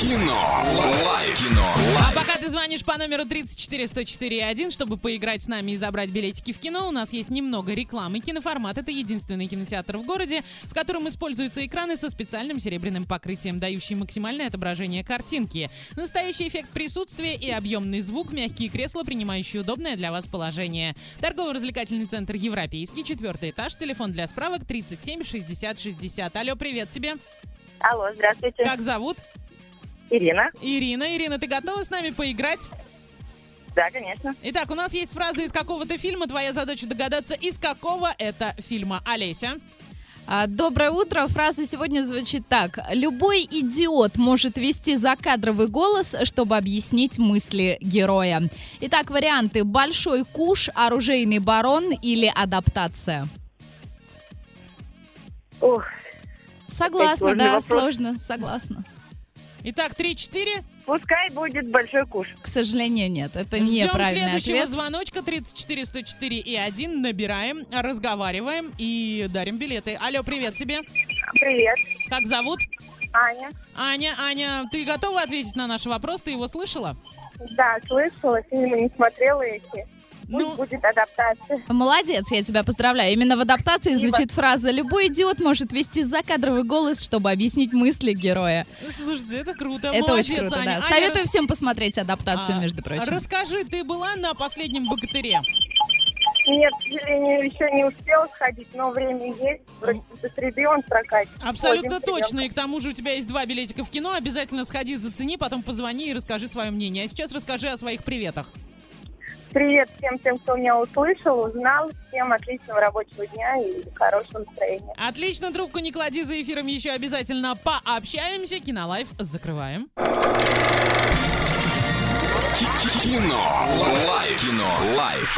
Кино. Лайкино. А пока ты звонишь по номеру 34104.1, чтобы поиграть с нами и забрать билетики в кино, у нас есть немного рекламы. Киноформат — это единственный кинотеатр в городе, в котором используются экраны со специальным серебряным покрытием, дающие максимальное отображение картинки. Настоящий эффект присутствия и объемный звук, мягкие кресла, принимающие удобное для вас положение. Торгово-развлекательный центр «Европейский», четвертый этаж, телефон для справок 37 60 60. Алло, привет тебе. Алло, здравствуйте. Как зовут? Ирина. Ирина. Ирина, ты готова с нами поиграть? Да, конечно. Итак, у нас есть фраза из какого-то фильма. Твоя задача догадаться, из какого это фильма. Олеся. А, Доброе утро. Фраза сегодня звучит так. Любой идиот может вести закадровый голос, чтобы объяснить мысли героя. Итак, варианты. Большой куш, оружейный барон или адаптация? Ух, Согласна, сложный да, вопрос. сложно, согласна. Итак, 3-4. пускай будет большой куш. К сожалению, нет, это Ждем неправильный следующего ответ. звоночка. 34 104 и 1. Набираем, разговариваем и дарим билеты. Алло, привет тебе. Привет, Как зовут? Аня. Аня, Аня, ты готова ответить на наш вопрос? Ты его слышала? Да, слышала, фильмы не смотрела эти. Ну. Пусть будет адаптация. Молодец, я тебя поздравляю. Именно в адаптации Спасибо. звучит фраза «Любой идиот может вести закадровый голос, чтобы объяснить мысли героя». слушайте, это круто. Это Молодец, очень круто, Аня. да. Аня, Советую рас- всем посмотреть адаптацию, а, между прочим. Расскажи, ты была на последнем богатыре? Нет, к сожалению, еще не успела сходить, но время есть. Вроде бы с ребенком прокатит. Ну. Абсолютно Ходим с ребенком. точно. И к тому же у тебя есть два билетика в кино. Обязательно сходи, зацени, потом позвони и расскажи свое мнение. А сейчас расскажи о своих приветах. Привет всем тем, кто меня услышал, узнал. Всем отличного рабочего дня и хорошего настроения. Отлично, трубку не клади за эфиром. Еще обязательно пообщаемся. Кинолайф закрываем. Кино. Лайкино. Лайф.